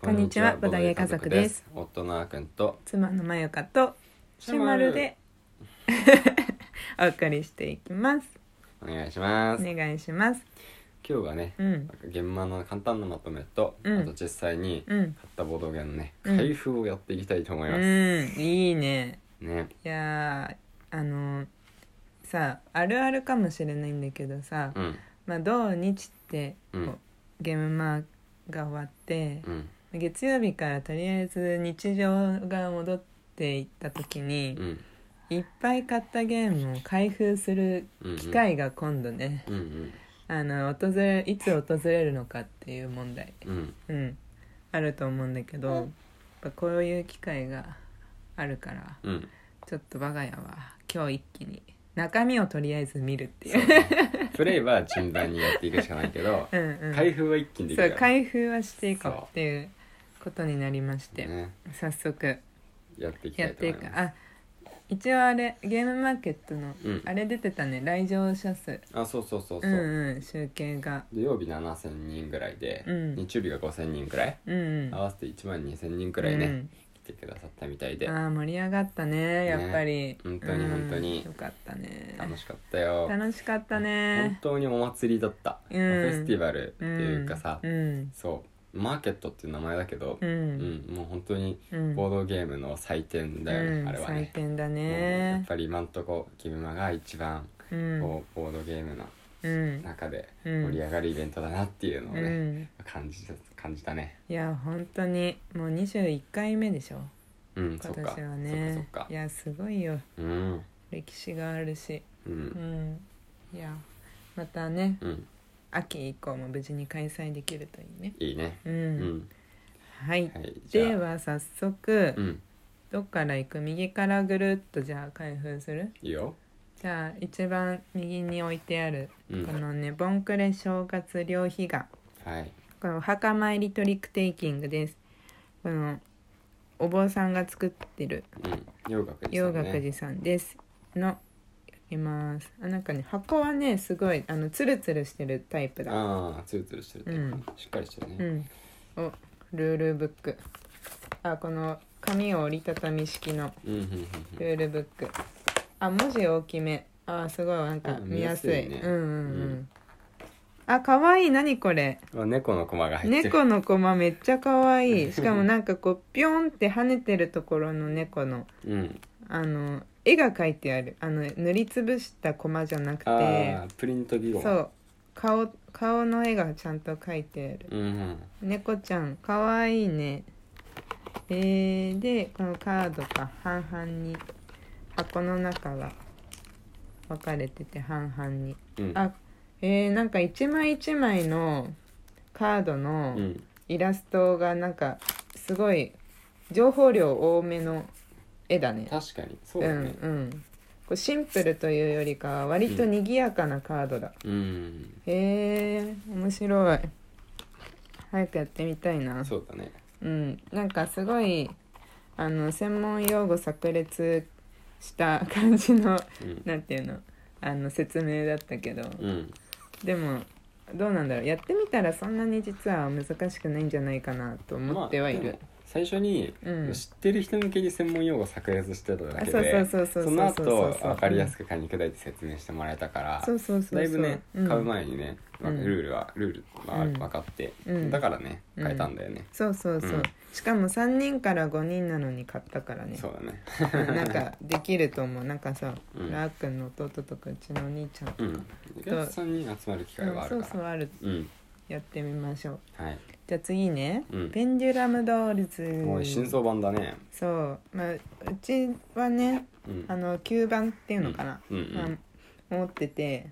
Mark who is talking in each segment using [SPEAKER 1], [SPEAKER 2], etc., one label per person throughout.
[SPEAKER 1] こんにちはボドゲ家族です
[SPEAKER 2] 夫のあーくんと
[SPEAKER 1] 妻のまゆかとシュマルでお送りしていきます
[SPEAKER 2] お願いしま
[SPEAKER 1] お
[SPEAKER 2] す、
[SPEAKER 1] 願いします
[SPEAKER 2] 今日はね、
[SPEAKER 1] うん
[SPEAKER 2] なんか現場の簡単なまとめと、
[SPEAKER 1] うん
[SPEAKER 2] あと実際に買
[SPEAKER 1] うん
[SPEAKER 2] ったボードゲームのね、
[SPEAKER 1] うん
[SPEAKER 2] 開封をやっていきたいと思います、
[SPEAKER 1] うんいいね
[SPEAKER 2] ね
[SPEAKER 1] いやーあのーさあるあるかもしれないんだけどさ、
[SPEAKER 2] うん
[SPEAKER 1] まあ土日ってこう
[SPEAKER 2] うん
[SPEAKER 1] ゲームマーが終わって
[SPEAKER 2] う、ん
[SPEAKER 1] 月曜日からとりあえず日常が戻っていった時に
[SPEAKER 2] う、ん
[SPEAKER 1] いっぱい買ったゲームを開封する
[SPEAKER 2] うん
[SPEAKER 1] 機会が今度ね、
[SPEAKER 2] うんうん
[SPEAKER 1] あの訪れいつ訪れるのかっていう問題、
[SPEAKER 2] うん
[SPEAKER 1] うん、あると思うんだけど、やっぱこういう機会があるから
[SPEAKER 2] うん
[SPEAKER 1] ちょっと我が家は今日一気に中身をとりあえず見るってい
[SPEAKER 2] そう
[SPEAKER 1] う
[SPEAKER 2] ねプレイは順番にやっていくしかないけど
[SPEAKER 1] うん、うん、
[SPEAKER 2] 開封は一気にでき
[SPEAKER 1] そ
[SPEAKER 2] る
[SPEAKER 1] う
[SPEAKER 2] から
[SPEAKER 1] 開封はしていこうっていうことになりまして、
[SPEAKER 2] ね
[SPEAKER 1] 早速
[SPEAKER 2] やっていきた
[SPEAKER 1] やっ
[SPEAKER 2] いと
[SPEAKER 1] て
[SPEAKER 2] 思
[SPEAKER 1] い
[SPEAKER 2] い
[SPEAKER 1] く
[SPEAKER 2] ます
[SPEAKER 1] あ一応あれゲームマーケットの、
[SPEAKER 2] うん
[SPEAKER 1] あれ出てたね来場者数
[SPEAKER 2] あそうそうそうそうう、
[SPEAKER 1] んうん集計が
[SPEAKER 2] 土曜日7000人ぐらいで、
[SPEAKER 1] うん
[SPEAKER 2] 日曜日が5000人ぐらい
[SPEAKER 1] うんうん
[SPEAKER 2] 合わせて1万2000人くらいね、
[SPEAKER 1] うん
[SPEAKER 2] 来てくださったみたいで
[SPEAKER 1] ああ盛り上がったねやっぱり、
[SPEAKER 2] 本当に
[SPEAKER 1] うん
[SPEAKER 2] 本当に
[SPEAKER 1] よかったね
[SPEAKER 2] 楽しかったよ
[SPEAKER 1] 楽しかった
[SPEAKER 2] 本
[SPEAKER 1] ね
[SPEAKER 2] 当にお祭りだった、
[SPEAKER 1] うん
[SPEAKER 2] フェスティバルって
[SPEAKER 1] ん
[SPEAKER 2] いうかさ、
[SPEAKER 1] うん
[SPEAKER 2] そうマーケットっていう名前だけど、
[SPEAKER 1] うん
[SPEAKER 2] うんもう本当に
[SPEAKER 1] うん
[SPEAKER 2] ボードゲームの祭典だよね、
[SPEAKER 1] うん
[SPEAKER 2] あれは
[SPEAKER 1] 祭
[SPEAKER 2] ね、
[SPEAKER 1] 典だ
[SPEAKER 2] うんやっ
[SPEAKER 1] ね
[SPEAKER 2] ぱり今んとこキムマが一番
[SPEAKER 1] うん
[SPEAKER 2] こうボードゲームの
[SPEAKER 1] うん
[SPEAKER 2] 中で
[SPEAKER 1] うん
[SPEAKER 2] 盛り上がるイベントだなっていうのをね、
[SPEAKER 1] うん
[SPEAKER 2] 感じた感じたね
[SPEAKER 1] いや本当にもう21回目でしょ
[SPEAKER 2] うんそ
[SPEAKER 1] 今
[SPEAKER 2] っか
[SPEAKER 1] 年はね
[SPEAKER 2] そっかそっか
[SPEAKER 1] いやすごいよ
[SPEAKER 2] うん
[SPEAKER 1] 歴史があるし
[SPEAKER 2] う
[SPEAKER 1] うんんいやまたね
[SPEAKER 2] うん
[SPEAKER 1] 秋以降も無事に開催できるといいね
[SPEAKER 2] いいね
[SPEAKER 1] う
[SPEAKER 2] うんん
[SPEAKER 1] はい
[SPEAKER 2] はいじゃあ
[SPEAKER 1] では早速
[SPEAKER 2] うん
[SPEAKER 1] どっから行く右からぐるっとじゃあ開封する
[SPEAKER 2] いいよ
[SPEAKER 1] じゃあ一番右に置いてある
[SPEAKER 2] うん
[SPEAKER 1] このね「ボンクレ正月両日が
[SPEAKER 2] はい
[SPEAKER 1] これお墓参りトリックテイキングですこのお坊さんが作ってる
[SPEAKER 2] うん洋楽です
[SPEAKER 1] 洋
[SPEAKER 2] よね
[SPEAKER 1] 楽寺さんですの開けますあなんかね箱はねすごいあのツルツルしてるタイプだ
[SPEAKER 2] ああツルツルしてるっていうかしっかりしてる
[SPEAKER 1] う
[SPEAKER 2] ね
[SPEAKER 1] んおルールブックあこの紙を折りたたみ式の
[SPEAKER 2] うんうんうんうん
[SPEAKER 1] ルールブックあ文字大きめあすごいなんか
[SPEAKER 2] あ
[SPEAKER 1] 見
[SPEAKER 2] 見
[SPEAKER 1] や
[SPEAKER 2] や
[SPEAKER 1] す
[SPEAKER 2] す
[SPEAKER 1] い
[SPEAKER 2] いね
[SPEAKER 1] うんうんう
[SPEAKER 2] うん
[SPEAKER 1] あ可愛い何これ
[SPEAKER 2] あ猫のコマが入ってる
[SPEAKER 1] 猫のコマめっちゃ可愛いしかもなんかこうピョンって跳ねてるところの猫の
[SPEAKER 2] うん
[SPEAKER 1] あの絵が描いてあるあの塗りつぶしたコマじゃなく
[SPEAKER 2] あ
[SPEAKER 1] て
[SPEAKER 2] ープリント技法
[SPEAKER 1] そう顔顔の絵がちゃんと描いてある
[SPEAKER 2] うんうん
[SPEAKER 1] 猫ちゃん可愛いねえー、でこのカードが半々に箱の中が分かれてて半々に
[SPEAKER 2] うん
[SPEAKER 1] あえー、なんか一枚一枚のカードの、
[SPEAKER 2] うん
[SPEAKER 1] イラストがなんかすごい情報量多めの絵だね。
[SPEAKER 2] 確かにそう
[SPEAKER 1] う
[SPEAKER 2] だ
[SPEAKER 1] ん
[SPEAKER 2] ね
[SPEAKER 1] うん。こうシンプルというよりかは割と賑やかなカードだ。
[SPEAKER 2] うん
[SPEAKER 1] へえ面白い。早くやってみたいな。
[SPEAKER 2] そうだね
[SPEAKER 1] うん。なんかすごいあの専門用語炸裂した感じの
[SPEAKER 2] うん
[SPEAKER 1] なんていうのあの説明だったけど、
[SPEAKER 2] うん
[SPEAKER 1] でも。どうなんだろうやってみたらそんなに実は難しくないんじゃないかなと思ってはいる、
[SPEAKER 2] まあでも最初に
[SPEAKER 1] うん
[SPEAKER 2] 知ってる人向けに専門用語炸裂してただ
[SPEAKER 1] あ
[SPEAKER 2] け
[SPEAKER 1] そうそう
[SPEAKER 2] で
[SPEAKER 1] そうそう
[SPEAKER 2] そうの
[SPEAKER 1] うう
[SPEAKER 2] 後
[SPEAKER 1] う
[SPEAKER 2] 分かりやすく噛み砕いて説明してもらえたから
[SPEAKER 1] そうそうそうそう
[SPEAKER 2] だいぶね
[SPEAKER 1] ん
[SPEAKER 2] 買う前にね
[SPEAKER 1] うん
[SPEAKER 2] なんかルールはルールは
[SPEAKER 1] うん
[SPEAKER 2] 分かって
[SPEAKER 1] うん
[SPEAKER 2] だからね
[SPEAKER 1] うん
[SPEAKER 2] 買えたんだよね
[SPEAKER 1] そうそうそう、
[SPEAKER 2] うん
[SPEAKER 1] しかも3人から5人なのに買ったからね
[SPEAKER 2] そうだね
[SPEAKER 1] うんなんかできると思うなんかさ、
[SPEAKER 2] うん
[SPEAKER 1] ラー君の弟とかうちのお兄ちゃんとか、
[SPEAKER 2] うんお客さんに集まる機会はあ
[SPEAKER 1] そ
[SPEAKER 2] る
[SPEAKER 1] う
[SPEAKER 2] か
[SPEAKER 1] そう
[SPEAKER 2] ら
[SPEAKER 1] ある
[SPEAKER 2] うん
[SPEAKER 1] やってみましょう
[SPEAKER 2] はい
[SPEAKER 1] じゃあ次ね、
[SPEAKER 2] うん
[SPEAKER 1] ペンデュラムドールズ
[SPEAKER 2] もう新装版だね
[SPEAKER 1] そうまあうちはね
[SPEAKER 2] うん
[SPEAKER 1] あの吸盤っていうのかな、
[SPEAKER 2] うんうん
[SPEAKER 1] まあ持ってて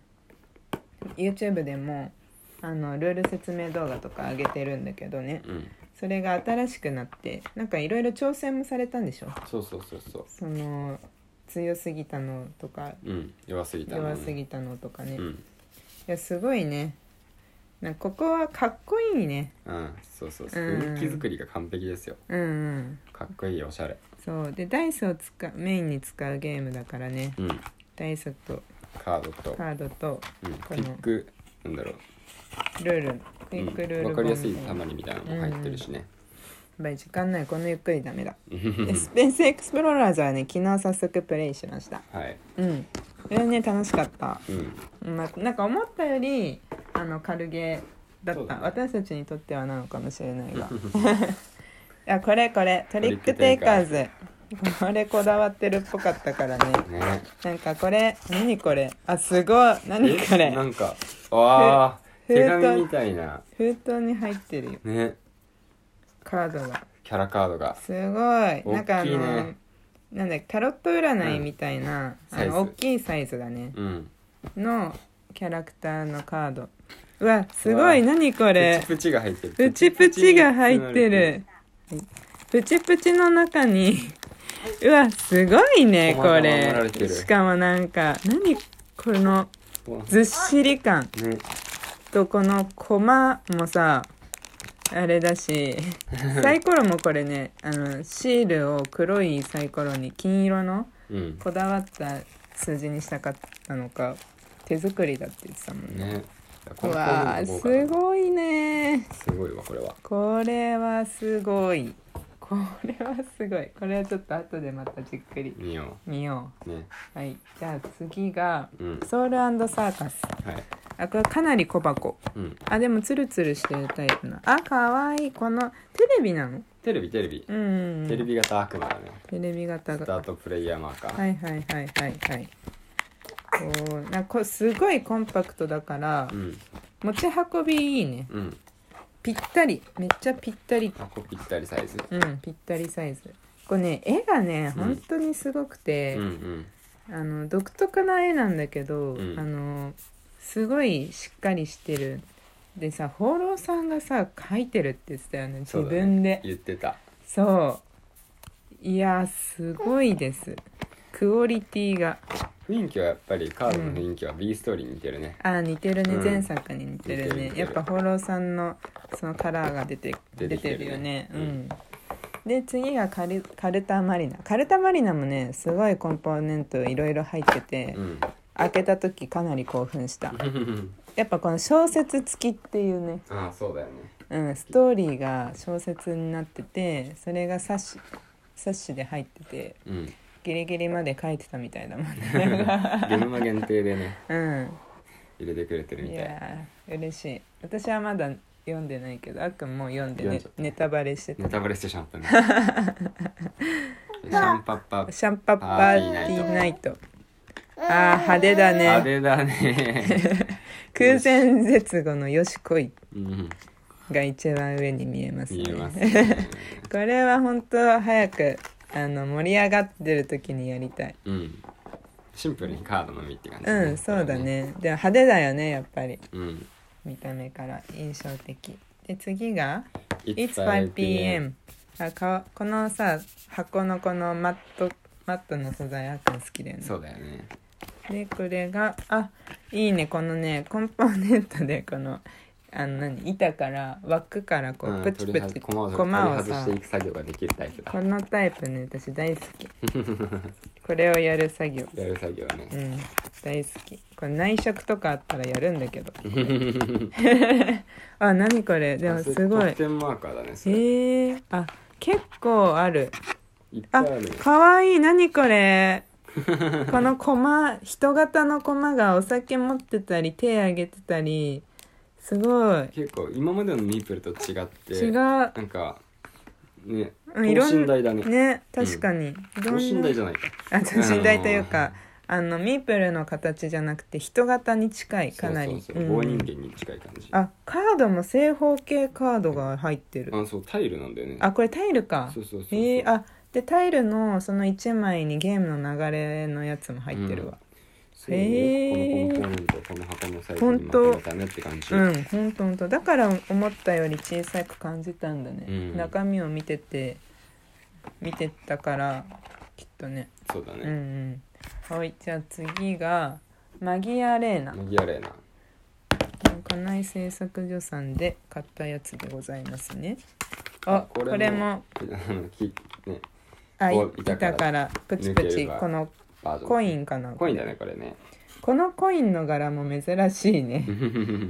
[SPEAKER 1] YouTube でもあのルール説明動画とか上げてるんだけどね
[SPEAKER 2] うん
[SPEAKER 1] それが新しくなってなんかいろいろ挑戦もされたんでしょ
[SPEAKER 2] そうそうそうそう
[SPEAKER 1] その強すぎたのとか
[SPEAKER 2] うん弱すぎた
[SPEAKER 1] 弱すぎたのとかね、
[SPEAKER 2] う
[SPEAKER 1] い
[SPEAKER 2] ん
[SPEAKER 1] やすごいねなんかここはかっこいいね
[SPEAKER 2] うんそうそうそう
[SPEAKER 1] うん
[SPEAKER 2] 雰囲気作りが完璧ですよ
[SPEAKER 1] うんうん
[SPEAKER 2] かっこいいおしゃれ
[SPEAKER 1] そうでダイスを使うメインに使うゲームだからね
[SPEAKER 2] うん
[SPEAKER 1] ダイスと
[SPEAKER 2] カードと
[SPEAKER 1] カードと
[SPEAKER 2] うん
[SPEAKER 1] この
[SPEAKER 2] ピックなんだろう
[SPEAKER 1] ルールクイ
[SPEAKER 2] うん
[SPEAKER 1] ックルール
[SPEAKER 2] わかりやすい
[SPEAKER 1] 本みた
[SPEAKER 2] た
[SPEAKER 1] いな
[SPEAKER 2] まりみたいなのも入ってるしね
[SPEAKER 1] ばい時間ないこのゆっくりダメだ
[SPEAKER 2] うん
[SPEAKER 1] でスペースエクスプローラーズはね昨日早速プレイしました
[SPEAKER 2] はい
[SPEAKER 1] うんこれね楽しかった、
[SPEAKER 2] うん
[SPEAKER 1] まあ、なんか思ったよりあの軽ゲーだっ
[SPEAKER 2] そう
[SPEAKER 1] た
[SPEAKER 2] だね
[SPEAKER 1] 私たちにとってはなのかもしれな いがいやこれこれトリックテイカーズこれこだわってるっぽかったからね
[SPEAKER 2] ね
[SPEAKER 1] なんかこれ何これあすごい何こ
[SPEAKER 2] え
[SPEAKER 1] れ
[SPEAKER 2] なんかああ
[SPEAKER 1] ふ封
[SPEAKER 2] 手
[SPEAKER 1] 筒
[SPEAKER 2] 紙みたいな
[SPEAKER 1] 封筒に入ってるよ
[SPEAKER 2] ね
[SPEAKER 1] カードが
[SPEAKER 2] キャラカードが
[SPEAKER 1] すごいなんかあ
[SPEAKER 2] 大きい
[SPEAKER 1] の、
[SPEAKER 2] ね
[SPEAKER 1] なんだタロット占いみたいな、
[SPEAKER 2] うん
[SPEAKER 1] あの
[SPEAKER 2] サイ
[SPEAKER 1] 大
[SPEAKER 2] ズ
[SPEAKER 1] きいサイズだね
[SPEAKER 2] うん
[SPEAKER 1] のキャラクターのカードうわすご
[SPEAKER 2] う
[SPEAKER 1] い
[SPEAKER 2] わ
[SPEAKER 1] 何これ
[SPEAKER 2] プチプチが入ってる
[SPEAKER 1] プチプチが入ってるプチプチの中にうわすごいね
[SPEAKER 2] 細
[SPEAKER 1] こ
[SPEAKER 2] 々
[SPEAKER 1] れ
[SPEAKER 2] 盛られてる
[SPEAKER 1] しかもなんか何この
[SPEAKER 2] うわ
[SPEAKER 1] ずっしり感
[SPEAKER 2] ね
[SPEAKER 1] とこのコマもさあれ だしサイコロもこれねあのシールを黒いサイコロに金色の
[SPEAKER 2] うん
[SPEAKER 1] こだわった数字にしたかったのか手作りだって言ってたもんね
[SPEAKER 2] ね
[SPEAKER 1] うわーす
[SPEAKER 2] い
[SPEAKER 1] ごいね
[SPEAKER 2] すごいわこれは
[SPEAKER 1] これはすごいこれはすごいこれはちょっと後でまたじっくり
[SPEAKER 2] 見よ
[SPEAKER 1] 見よ
[SPEAKER 2] うね
[SPEAKER 1] うはいじゃあ次が
[SPEAKER 2] うん
[SPEAKER 1] ソウルサーカス
[SPEAKER 2] はい
[SPEAKER 1] あこれかなり小箱
[SPEAKER 2] うん
[SPEAKER 1] あでもツルツルしてるタイプなあかわいいこのテレビなの
[SPEAKER 2] テレビテレビ
[SPEAKER 1] うんうんうん
[SPEAKER 2] テレビ型悪魔だね
[SPEAKER 1] テレビ型
[SPEAKER 2] スタ
[SPEAKER 1] が
[SPEAKER 2] ートプレイヤーマーカー
[SPEAKER 1] はいはいはいはいはいおーなんかこれすごいコンパクトだから
[SPEAKER 2] うん
[SPEAKER 1] 持ち運びいいね
[SPEAKER 2] うん
[SPEAKER 1] ぴったりめっちゃぴったり
[SPEAKER 2] あこうぴったりサイズ
[SPEAKER 1] うんぴったりサイズこれね絵がね
[SPEAKER 2] うん
[SPEAKER 1] 本当にすごく
[SPEAKER 2] う
[SPEAKER 1] て、
[SPEAKER 2] んうん
[SPEAKER 1] あの独特な絵なんだけど、
[SPEAKER 2] うん
[SPEAKER 1] あのすごいしっかりしてるでさ放浪さんがさ描いてるって言ってたよね自
[SPEAKER 2] そうだね
[SPEAKER 1] 分で
[SPEAKER 2] 言ってた
[SPEAKER 1] そういやすごいですクオリティが
[SPEAKER 2] 雰囲気はやっぱりカードの雰囲気は B ストーリーに似てるね
[SPEAKER 1] あー似てるね、
[SPEAKER 2] うん
[SPEAKER 1] 前作に似てるね
[SPEAKER 2] 似てる似てる
[SPEAKER 1] やっぱ放浪さんのそのカラーが出て出
[SPEAKER 2] 出
[SPEAKER 1] て
[SPEAKER 2] てきてるね
[SPEAKER 1] るよねう
[SPEAKER 2] うん
[SPEAKER 1] んで次がカルカルタマリナカルタマリナもねすごいコンポーネントいろいろ入ってて、
[SPEAKER 2] うん
[SPEAKER 1] 開けた時かなり興奮したやっぱこの小説付きっていうね、
[SPEAKER 2] ああそうだよね
[SPEAKER 1] うん、ストーリーが小説になっててそれが冊子冊子で入ってて
[SPEAKER 2] うん
[SPEAKER 1] ギリギリまで書いてたみたいだもんね
[SPEAKER 2] ゲーム限定でね
[SPEAKER 1] うん
[SPEAKER 2] 入れてくれてるみ
[SPEAKER 1] い
[SPEAKER 2] たい
[SPEAKER 1] やー嬉しい私はまだ読んでないけどあっくんもう読んで、ね
[SPEAKER 2] 読んじゃっ、た
[SPEAKER 1] ネタバレして
[SPEAKER 2] ネ
[SPEAKER 1] た
[SPEAKER 2] タバレしてしまったねシャンパッパ
[SPEAKER 1] シャンパッパーティーナイトあー派手だ
[SPEAKER 2] あ
[SPEAKER 1] ね
[SPEAKER 2] れだね
[SPEAKER 1] 空前絶後のよしこい
[SPEAKER 2] うん
[SPEAKER 1] が一番上に見えますね
[SPEAKER 2] 見えますね
[SPEAKER 1] これは本当早くあの盛り上がってる時にやりたい
[SPEAKER 2] うんシンプルにカードのみって感じ
[SPEAKER 1] うんそうだねでも派手だよねやっぱり
[SPEAKER 2] うん
[SPEAKER 1] 見た目から印象的で次が
[SPEAKER 2] It's
[SPEAKER 1] It's 5pm あかこのさ箱のこのマットマットの素材あっくん好きだよね
[SPEAKER 2] そうだよね
[SPEAKER 1] でこれがあいいねこのねコンポーネントでこのあの何板から枠からこ
[SPEAKER 2] う
[SPEAKER 1] うんプチプ
[SPEAKER 2] 取り
[SPEAKER 1] チ
[SPEAKER 2] 外駒を
[SPEAKER 1] コマを
[SPEAKER 2] 取り外
[SPEAKER 1] さ
[SPEAKER 2] していく作業ができるタイプだ
[SPEAKER 1] このタイプね私大好 きこれをやる作業
[SPEAKER 2] やる作業
[SPEAKER 1] う
[SPEAKER 2] ね
[SPEAKER 1] ん大好きこれ内職とかあったらやるんだ けど あ何これでもすごい
[SPEAKER 2] 得点マーカーだねそれ
[SPEAKER 1] へえー、あ結構ある
[SPEAKER 2] いっぱ
[SPEAKER 1] あ
[SPEAKER 2] いあるね
[SPEAKER 1] かわいい何これ このコマ人型のコマがお酒持ってたり手あげてたりすごい
[SPEAKER 2] 結構今までのミープルと違って
[SPEAKER 1] 違う
[SPEAKER 2] なんかね等
[SPEAKER 1] うんいろん
[SPEAKER 2] 身大だね
[SPEAKER 1] ね確かに、
[SPEAKER 2] 等
[SPEAKER 1] いろ
[SPEAKER 2] 身
[SPEAKER 1] んな
[SPEAKER 2] 大じゃないか
[SPEAKER 1] あ等身大というかあのミープルの形じゃなくて人型に近いかなり
[SPEAKER 2] そうそうそう
[SPEAKER 1] う
[SPEAKER 2] 棒
[SPEAKER 1] ん
[SPEAKER 2] 人間に近い感じあ
[SPEAKER 1] あカードも正方形カードが入ってる
[SPEAKER 2] そうタイルなんだよね
[SPEAKER 1] あこれタイルか
[SPEAKER 2] そうそうそうそう
[SPEAKER 1] えー、あでタイルのその1枚にゲームの流れのやつも入ってるわ
[SPEAKER 2] そうね
[SPEAKER 1] へー
[SPEAKER 2] このコンポーネントをこの箱のサイズにまとめたねって感じ
[SPEAKER 1] うんほんとほんとだから思ったより小さく感じたんだね、
[SPEAKER 2] うん
[SPEAKER 1] 中身を見てて見てたからきっとね
[SPEAKER 2] そうだ
[SPEAKER 1] うん
[SPEAKER 2] ね
[SPEAKER 1] うんはいじゃあ次がマギアレーナ
[SPEAKER 2] 麦アレーナ
[SPEAKER 1] 家内製作所さんで買ったやつでございますねあこれも
[SPEAKER 2] あのきね
[SPEAKER 1] あい
[SPEAKER 2] こう板から
[SPEAKER 1] 板からプチプ
[SPEAKER 2] 抜け
[SPEAKER 1] チ
[SPEAKER 2] れば
[SPEAKER 1] この
[SPEAKER 2] バージョン
[SPEAKER 1] コインかな
[SPEAKER 2] コインだねこれね
[SPEAKER 1] このコインの柄も珍しいね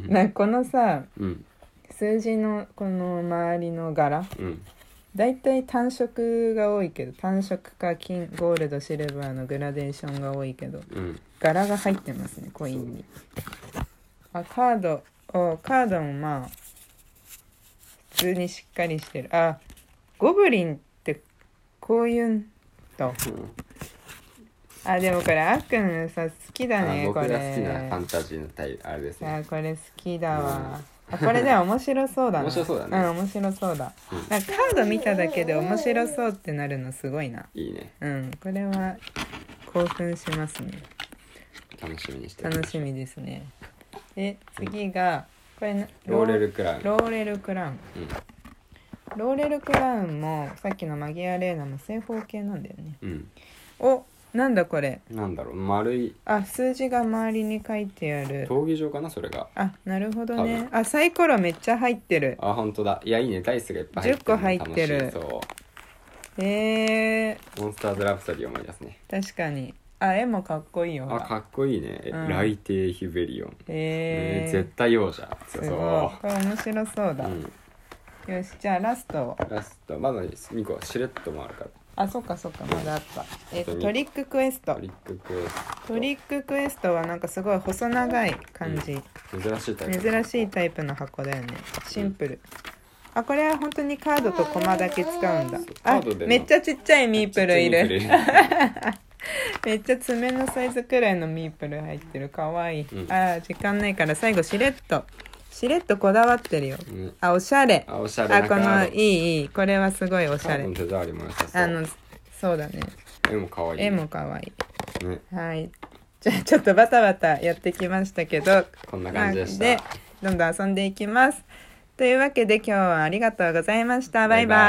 [SPEAKER 1] なんかこのさ
[SPEAKER 2] うん
[SPEAKER 1] 数字のこの周りの柄
[SPEAKER 2] うん
[SPEAKER 1] 大体単色が多いけど単色か金ゴールドシルバーのグラデーションが多いけど
[SPEAKER 2] うん
[SPEAKER 1] 柄が入ってますねコインにあカードおカードもまあ普通にしっかりしてるあゴブリンってこういうんと
[SPEAKER 2] うん
[SPEAKER 1] あでもこれあっくんさ好きだ
[SPEAKER 2] あ
[SPEAKER 1] ね
[SPEAKER 2] 僕
[SPEAKER 1] こ
[SPEAKER 2] が
[SPEAKER 1] れ
[SPEAKER 2] 好きなファンタジーのタイあれです
[SPEAKER 1] あ
[SPEAKER 2] ね
[SPEAKER 1] これ好きだわ、あこれでも面白そうだな
[SPEAKER 2] 面白そうだね
[SPEAKER 1] ん面白そうだ、
[SPEAKER 2] うん
[SPEAKER 1] なんかカード見ただけで面白そうってなるのすごいない
[SPEAKER 2] いね
[SPEAKER 1] うんこれは興奮しますね
[SPEAKER 2] 楽しみにしてる
[SPEAKER 1] 楽しみですねで次がこれな
[SPEAKER 2] ローレルクラウン
[SPEAKER 1] ローレルクラウン
[SPEAKER 2] うん
[SPEAKER 1] ローレルクラウンもさっきのマギアレーナの正方形なんだよね
[SPEAKER 2] うん
[SPEAKER 1] おなんだこれ
[SPEAKER 2] なんだろう丸い
[SPEAKER 1] あ数字が周りに書いてある
[SPEAKER 2] 闘技場かなそれが
[SPEAKER 1] あなるほど
[SPEAKER 2] 多
[SPEAKER 1] ねあサイコロめっちゃ入ってる
[SPEAKER 2] あ本当だいやいいねダイスがいっぱい入って
[SPEAKER 1] 10個入ってる
[SPEAKER 2] 楽しそ
[SPEAKER 1] えー、
[SPEAKER 2] うモンスターズラプソディ思い出すね
[SPEAKER 1] 確かにあ絵もかっこいいよほ
[SPEAKER 2] あ
[SPEAKER 1] ら
[SPEAKER 2] かっこいいね、
[SPEAKER 1] うん
[SPEAKER 2] ライテイヒュベリオン、
[SPEAKER 1] え
[SPEAKER 2] うん
[SPEAKER 1] ー、
[SPEAKER 2] 絶対王者
[SPEAKER 1] す
[SPEAKER 2] 強そ
[SPEAKER 1] ごいうこれ面白そうだ、
[SPEAKER 2] うん、
[SPEAKER 1] よしじゃあラストを
[SPEAKER 2] ラストまだ2個シレットもあるから
[SPEAKER 1] あそっかそっかまだあったえっと
[SPEAKER 2] 本当に
[SPEAKER 1] トリッククエスト
[SPEAKER 2] トリッククエスト
[SPEAKER 1] トリッククエストはなんかすごい細長い感じ、
[SPEAKER 2] 珍しいタイプ
[SPEAKER 1] 珍しいタイプの箱だよねシンプル、あこれは本当にカードとコマだけ使うんだ
[SPEAKER 2] カ
[SPEAKER 1] あ
[SPEAKER 2] ードでも
[SPEAKER 1] めっちゃちっちゃいミープルいる
[SPEAKER 2] ちっちゃいミープル
[SPEAKER 1] めっちゃ爪のサイズくらいのミープル入ってるかわいい、
[SPEAKER 2] うん
[SPEAKER 1] あー時間ないから最後しれっとしれっとこだわってるよ
[SPEAKER 2] うん
[SPEAKER 1] あおしゃれ
[SPEAKER 2] あおしゃれ
[SPEAKER 1] あ
[SPEAKER 2] な
[SPEAKER 1] こ
[SPEAKER 2] カ
[SPEAKER 1] の
[SPEAKER 2] ード
[SPEAKER 1] いいいいこれはすごいおし
[SPEAKER 2] カー
[SPEAKER 1] ゃ
[SPEAKER 2] ド
[SPEAKER 1] れ
[SPEAKER 2] の手触りも良さそう
[SPEAKER 1] あのそうだね
[SPEAKER 2] 絵も可愛い
[SPEAKER 1] 絵もかわい
[SPEAKER 2] ね
[SPEAKER 1] いはいじゃあちょっとバタバタやってきましたけど
[SPEAKER 2] こんな感じでした
[SPEAKER 1] でどんどん遊んでいきますというわけで今日はありがとうございましたバイバイ